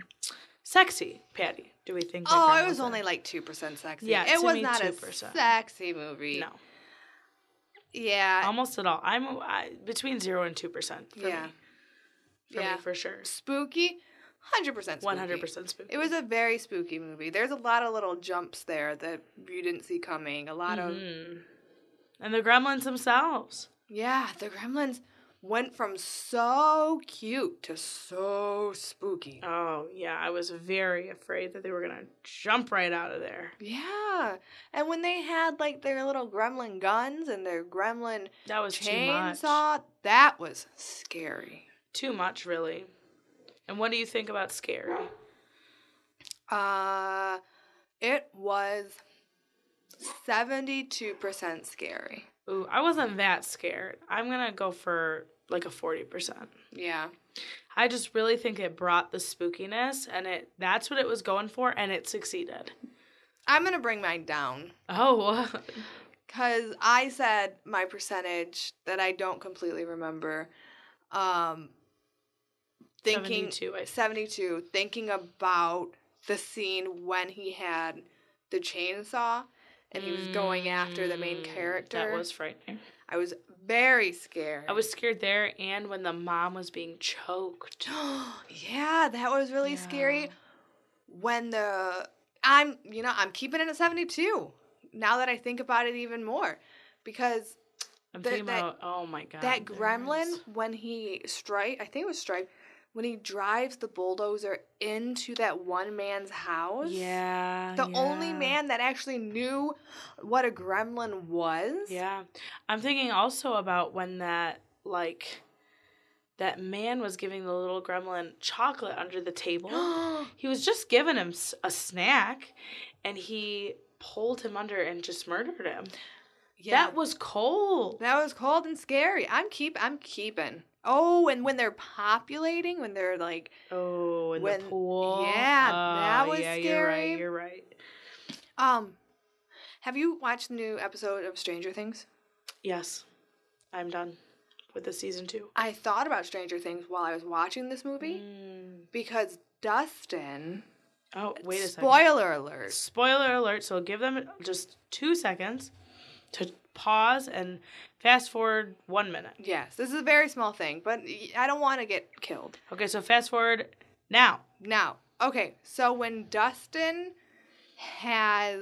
sexy Patty do we think? that
Oh, it
Gremlins
was
are?
only like two percent sexy.
Yeah,
it
to
was
me,
not
2%.
a sexy movie.
no, Um,
Yeah,
almost at all. I'm I, between zero and two percent. for
Yeah.
me. for
Yeah.
me for sure.
spooky 100% spooky.
One hundred percent spooky.
it was a very spooky movie there's a lot of little jumps there that you didn't see coming a lot of
Mhm. And the gremlins themselves.
yeah the gremlins went from so cute to so spooky
Oh yeah, I was very afraid that they were gonna jump right out of there.
yeah and when they had like their little gremlin guns and their gremlin
That was too much.
chainsaw that was scary
Too much, really. And what do you think about scary?
uh It was 72% scary.
Ooh, I wasn't that scared. I'm gonna go for like a forty percent.
Yeah.
I just really think it brought the spookiness, and it that's what it was going for, and it succeeded.
I'm going to bring mine down
Oh,
because I said my percentage that I don't completely remember. Um, thinking
72, I
72, thinking about the scene when he had the chainsaw and he was going after the main
Mm,
character.
That was frightening.
I was very scared.
I was scared there, and when the mom was being choked.
yeah, that was really scary. When the I'm, you know, I'm keeping it at 72. Now that I think about it even more, because
I'm
That-
thinking
that-
about oh my god.
that
there
gremlin
is.
when he strike, I think it was strike, when he drives the bulldozer into that one man's house.
Yeah.
The only
yeah.
man that actually knew what a gremlin was.
Yeah. I'm thinking also about when that like that man was giving the little gremlin chocolate under the table. he was just giving him s- a snack and he pulled him under and just murdered him.
yeah.
That was cold.
That was cold and scary. I'm keep I'm keeping. Oh, and when they're populating, when they're like
oh, in
when-
the pool. Oh,
yeah, that was scary.
You're right. You're right.
um have you watched the new episode of Stranger Things?
Yes. I'm done with the season 2.
I thought about Stranger Things while I was watching this movie
Mm.
because Dustin
Oh, wait a second.
spoiler alert.
spoiler alert so give them just two seconds to pause and fast forward one minute
Yes, this is a very small thing, but y- I don't want to get killed.
okay so fast forward now
Now, okay, so when Dustin has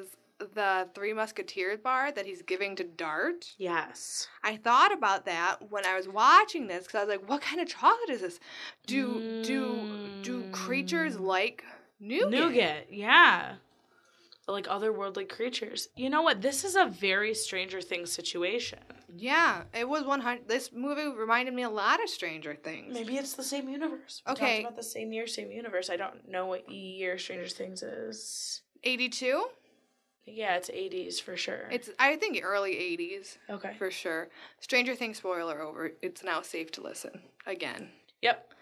the Three Musketeers bar that he's giving to Dart,
yes
I thought about that when I was watching this because I was like, "What kind of chocolate is this? Do do do creatures like nougat?"
Mm. nougat yeah like otherworldly creatures you know what this is a very stranger things situation
Yeah, it was one hundred. This movie reminded me a lot of Stranger Things.
maybe it's the same universe we
Okay.
talked about the same year same universe i don't know what year stranger things is
Eighty-two.
yeah it's 80s for sure
It's I think early eighties
okay
for sure. Stranger Things spoiler over. It's now safe to listen again
yep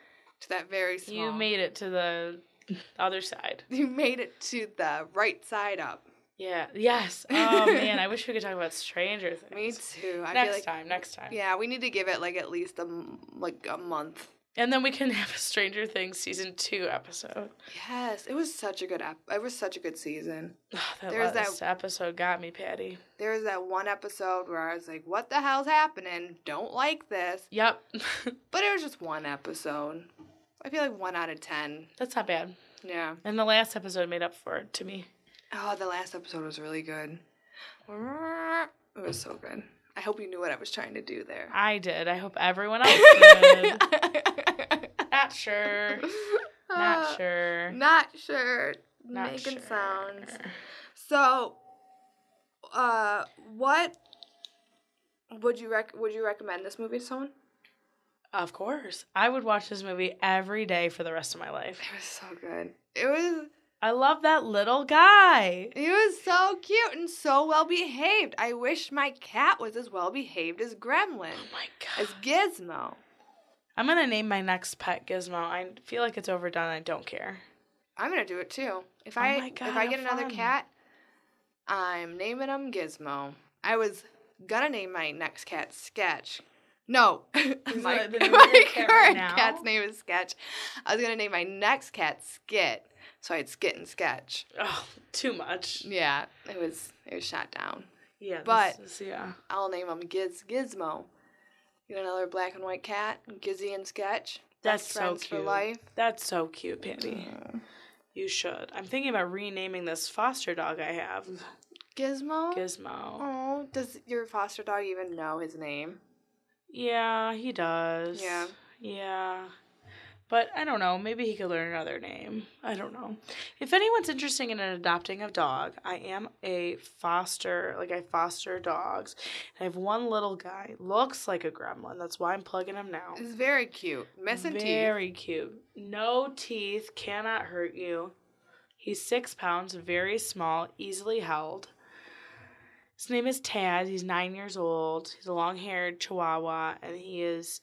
to that very small.
you made it to the other side
you made it to the right side up.
Yeah. Yes. Oh man, I wish we could talk about Stranger Things.
Me too. I
next
feel like
time. Next time.
yeah, we need to give it like at least a m- like a month
And then we can have a Stranger Things season two episode.
Yes, it was such a good ep- it was such a good season.
Oh, that
There's that-
last episode got me, Patty.
There was that one episode where I was like, "What the hell's happening? Don't like this."
Yep.
But it was just one episode. I feel like 1 out of 10.
That's not bad.
Yeah.
And the last episode made up for it to me.
Oh, the last episode was really good. It was so good. I hope you knew what I was trying to do there.
I did. I hope everyone else did. not sure. Not sure.
Not sure.
Not
Making
sure.
sounds. So, uh, what would you rec- would you recommend this movie to someone?
Of course. I would watch this movie every day for the rest of my life.
It was so good. It was
I love that little guy.
it was so cute and so well behaved. I wish my cat was as well behaved as Gremlin,
Oh my god.
as Gizmo.
I'm gonna name my next pet Gizmo. I feel like it's overdone. I don't care.
I'm gonna do it too. If
Oh
I
my God,
if I
how
get another
fun.
cat, I'm naming him Gizmo. I was gonna name my next cat Sketch. No, my,
the name of
my
your cat right
current
now?
cat's name is Sketch. I was gonna name my next cat Skit, so I had Skit and Sketch.
Oh, too much.
Yeah, it was it was shot down.
Yeah, this
But-
is- yeah,
I'll name him Giz Gizmo. You know another black and white cat, Gizzy and Sketch.
That's
Best
so
friends for
cute.
life.
that's so cute, Patty. You should. I'm thinking about renaming this foster dog I have
Gizmo.
Gizmo.
Oh, does your foster dog even know his name?
Yeah, he does.
Yeah.
yeah. But I don't know. Maybe he could learn another name. I don't know. If anyone's interested in adopting a dog, I am a foster, like I foster dogs. I have one little guy. Looks like a gremlin. That's why I'm plugging him now.
It's very cute. Missing teeth.
Very cute. No teeth, cannot hurt you. He's six pounds, very small, easily held. His name is Taz. He's nine years old. He's a long haired chihuahua, and he is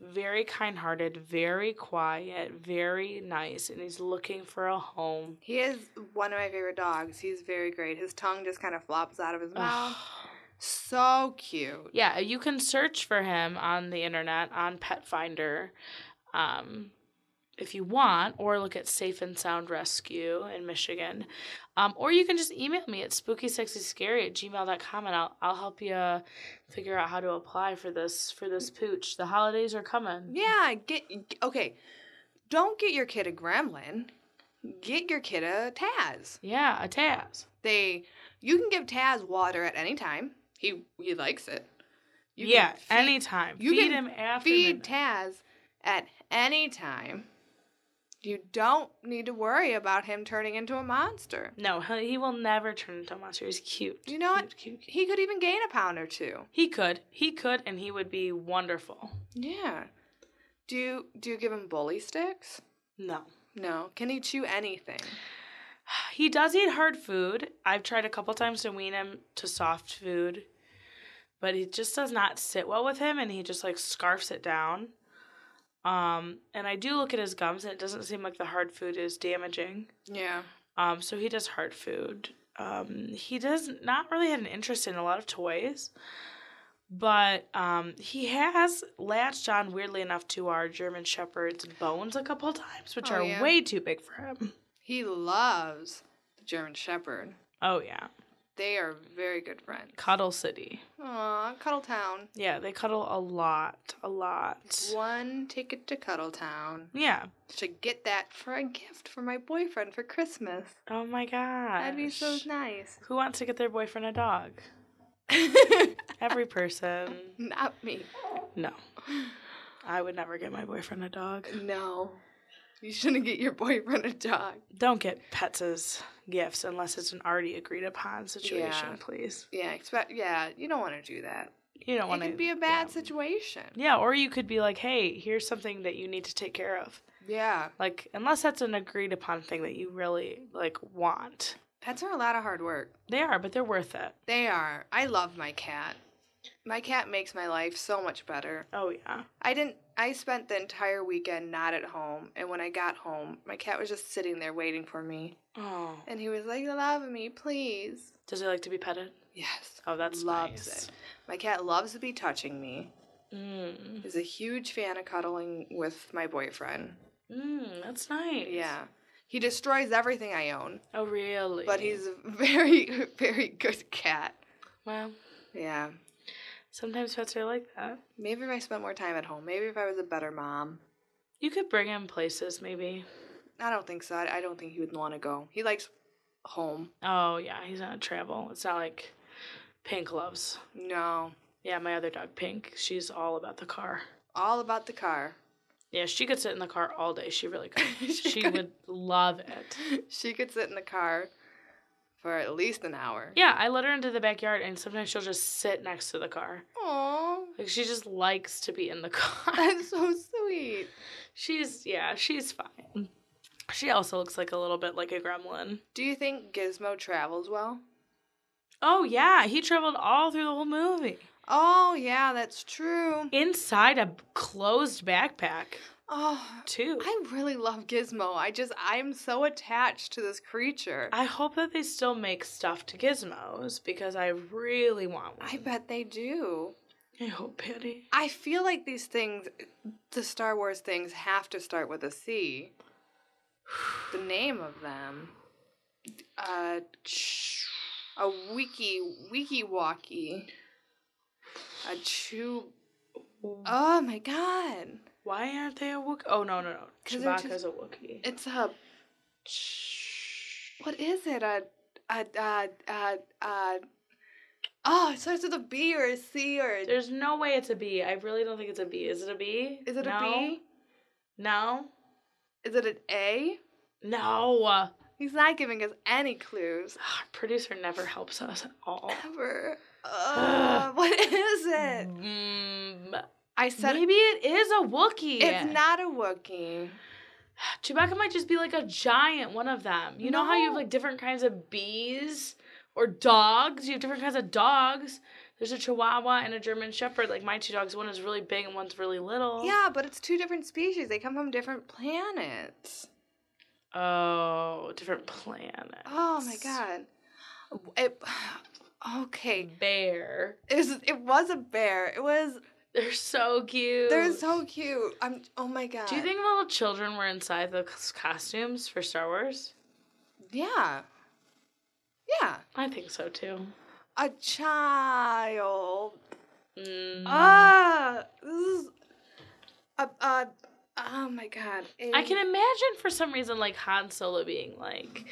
very kind hearted, very quiet, very nice, and he's looking for a home.
He is one of my favorite dogs. He's very great. His tongue just kind of flops out of his mouth. so cute.
yeah, you can search for him on the internet on Pet Finder. Um, if you want, or look at Safe and Sound Rescue in Michigan. Um, or you can just email me at spookysexyscary at gmail.com and I'll, I'll help you figure out how to apply for this for this pooch. The holidays are coming.
Yeah, get okay. Don't get your kid a gremlin. Get your kid a Taz.
Yeah, a Taz.
They you can give Taz water at any time. He he likes it. You can
yeah,
feed-
anytime.
you
feed
can
him after
feed
midnight.
Taz at any time. You don't need to worry about him turning into a monster.
No, he he will never turn into a monster. He's cute.
You know what?
Cute, cute, cute.
He could even gain a pound or two.
He could. He could, and he would be wonderful.
Yeah. Do you, do you give him bully sticks?
No.
No. Can he chew anything?
He does eat hard food. I've tried a couple times to wean him to soft food, but it just does not sit well with him, and he just like scarfs it down. Um, and I do look at his gums, and it doesn't seem like the hard food is damaging.
Yeah.
Um, so he does hard food. Um, he does not really have an interest in a lot of toys, but um, he has latched on weirdly enough to our German Shepherd's bones a couple times, which
Oh,
are
yeah.
way too big for him.
He loves the German Shepherd.
Oh yeah,
They are very good friends.
Cuddle City.
Aw, Cuddle Town.
Yeah, they cuddle a lot, a lot.
One ticket to Cuddle Town.
Yeah.
Should get that for a gift for my boyfriend for Christmas.
Oh my god.
That'd be so nice.
Who wants to get their boyfriend a dog? Every person.
Not me.
No. I would never get my boyfriend a dog.
No. You shouldn't get your boyfriend a dog.
Don't get pets as gifts unless it's an already agreed upon situation,
Yeah.
please.
Yeah, expect yeah, you don't want to do that.
You don't want
it
to
could be a bad
yeah.
situation.
Yeah, or you could be like, "Hey, here's something that you need to take care of."
Yeah.
Like, unless that's an agreed upon thing that you really like want.
Pets are a lot of hard work.
They are, but they're worth it.
They are. I love my cat. My cat makes my life so much better.
Oh yeah.
I didn't I spent the entire weekend not at home and when I got home, my cat was just sitting there waiting for me.
Oh.
And he was like, Love me, please.
Does he like to be petted?
Yes.
Oh, that's
loves
nice.
it. My cat loves to be touching me.
Mm.
Is a huge fan of cuddling with my boyfriend.
Mm, that's nice.
Yeah. He destroys everything I own,
Oh, really?
but he's a very, very good cat.
well.
Yeah.
Sometimes pets are like that.
Maybe if I spent more time at home, maybe if I was a better mom.
You could bring him places, maybe.
I don't think so. I, I don't think he would want to go. He likes home.
Oh yeah, he's not a travel. It's not like Pink loves.
No.
Yeah, my other dog, Pink. She's all about the car.
All about the car.
Yeah, she could sit in the car all day. She really could.
She
she
could.
would love it.
she could sit in the car for at least an hour.
Yeah, I let her into the backyard, and sometimes she'll just sit next to the car.
Aw.
Like she just likes to be in the car.
That's so sweet.
she's yeah, she's fine. She also looks like a little bit like a gremlin.
Do you think Gizmo travels well?
Oh yeah, he traveled all through the whole movie
Oh, yeah, that's true.
inside a closed backpack
Oh,
too.
I really love Gizmo. I just I'm so attached to this creature. I,
I hope that they still make stuffed gizmos because I really want one.
bet they do.
I hope, Patty.
I feel like these things the Star Wars things have to start with a C. The name of them. Uh a wiki wiki walkie. A chew Oh my god.
Why aren't they a Wookiee? Oh, no, no, no.
'Cause they're
Chewbacca's
just-
a Wookiee.
It's a what is it? A a a a a Oh, it starts with a B or a C or a
There's no way it's a bee. I really don't think it's a bee. Is it a bee?
Is it a
no?
B?
No.
Is it an A?
No. Our
He's not giving us any clues
producer never helps us at all.
ever. Uh, what is it?
Mm,
I said
maybe it is a Wookiee.
it's not a Wookiee.
Chewbacca might just be like a giant one of them. You know how you have
No.
like different kinds of bees or dogs? You have different kinds of dogs. There's a Chihuahua and a German Shepherd. Like my two dogs, one is really big and one's really little.
Yeah, but it's two different species. They come from different planets.
Oh, different planet.
Oh my god. It okay.
Bear.
It was, it was a bear. It was
They're so cute.
they're so cute. I'm oh my god.
Do you think little children were inside the cos- costumes for Star Wars?
Yeah. Yeah.
I think so too.
A child.
Mm.
Ah, this is a, a oh my god.
I can imagine for some reason like Han Solo being like,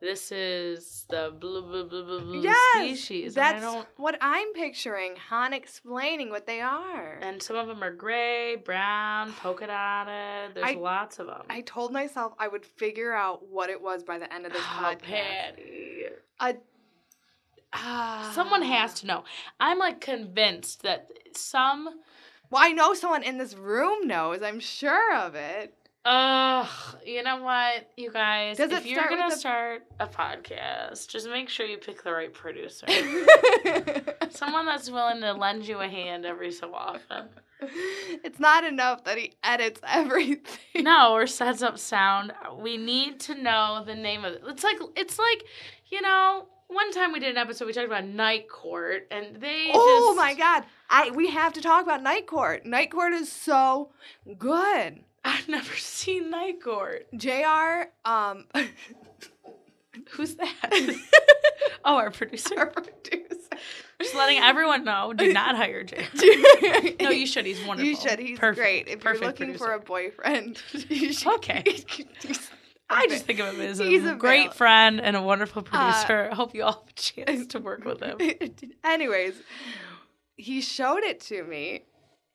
"This is the blue blue blue blue blue
Yes,
species."
That's
and, I don't,
what I'm picturing. Han explaining what they are.
and some of them are gray, brown, polka dotted. There's
I-
lots of them.
I told myself I would figure out what it was by the end of this
oh,
podcast.
Patty.
A, ah.
Someone has to know. I'm like convinced that some.
Well, I know someone in this room knows. I'm sure of it.
Ugh, you know what, you guys?
Does
if
it
you're
start with
gonna
a-
start a podcast, just make sure you pick the right producer. Someone that's willing to lend you a hand every so often.
it's not enough that he edits everything.
No, or sets up sound. We need to know the name of it. It's like it's like, you know, one time we did an episode we talked about Night Court and they
Oh
just-
my god. I we have to talk about Night Court. Night Court is so good.
I've never seen Night Court.
JR um
Who's that? oh, our producer.
our producer.
Just letting everyone know, do not hire Jay. No, you should. He's wonderful.
You should. He's
Perfect.
great. If
Perfect
you're looking for a boyfriend, you should.
Okay. I just think of him as a,
He's a
great
val-
friend and a wonderful producer. I hope you all have a chance to work with him.
Anyways, he showed it to me,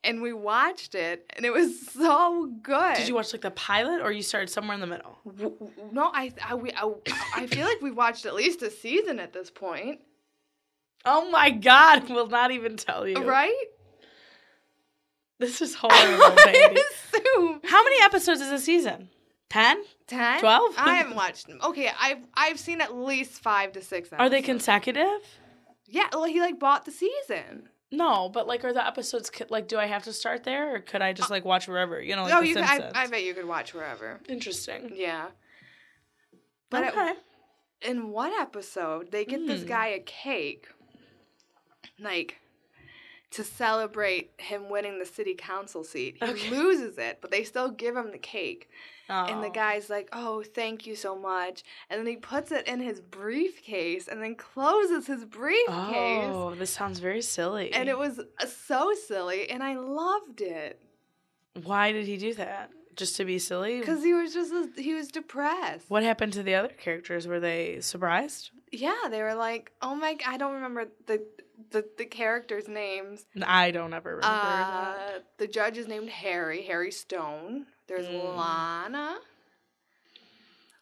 and we watched it, and it was so good.
Did you watch like the pilot or you started somewhere in the middle?
W- w- no, I I, we, I I feel like we watched at least a season at this point,
Oh my god, will not even tell you.
right?
This is horrible, baby.
assume
How many episodes is a season? Ten?
ten,
12?
I haven't watched them. Okay, I've I've seen at least five to six. Episodes.
Are they consecutive?
Yeah, well, he like bought the season.
No, but like, are the episodes co- like? Do I have to start there, or could I just like watch wherever? You know, like
oh,
The
you. Could, I,
Simpsons.
I bet you could watch wherever.
Interesting.
Yeah. But it-
okay.
in one episode, they get this
Mm.
guy a cake, like to celebrate him winning the city council seat. He
Okay.
loses it, but they still give him the cake. And the
Oh.
guy's like, "Oh, thank you so much." And then he puts it in his briefcase and then closes his briefcase.
Oh, this sounds very silly.
And it was uh, so silly, and I loved it
Why did he do that? Just to be silly?
because he was just he was depressed.
Hmm. What happened to the other characters? Were they surprised?
Yeah, they were like, "Oh my!" g- I don't remember the the, the characters' names.
I don't ever remember.
Uh,
that.
the judge is named Harry, Harry Stone. There's
Mm.
Lana.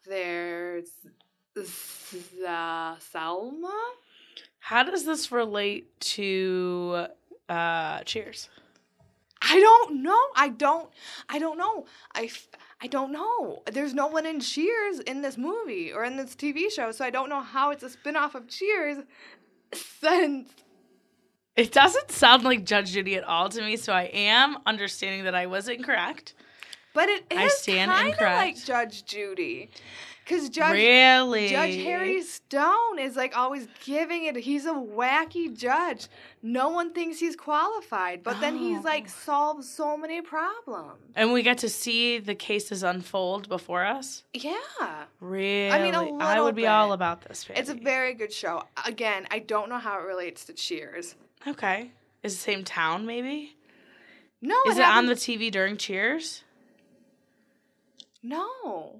There's uh, Sa- Salma.
How does this relate to uh, Cheers?
I don't know. I don't. I don't know. I. F- I don't know. There's no one in Cheers in this movie or in this TV show, so I don't know how it's a spin-off of Cheers since
It doesn't sound like Judge Judy at all to me, so I am understanding that I was incorrect.
But it is
I stand
kind of like
incorrect.
Judge Judy, because Judge
really?
Judge Harry Stone is like always giving it. He's a wacky judge. No one thinks he's qualified, but then he's
Oh.
like solves so many problems.
And we got to see the cases unfold before us.
Yeah,
Really? I
little
would be
bit.
all about this. Patty.
it's a very good show. Again, I don't know how it relates to Cheers.
okay. Is the same town maybe?
No,
Is it on the
happened-
TV during Cheers?
no?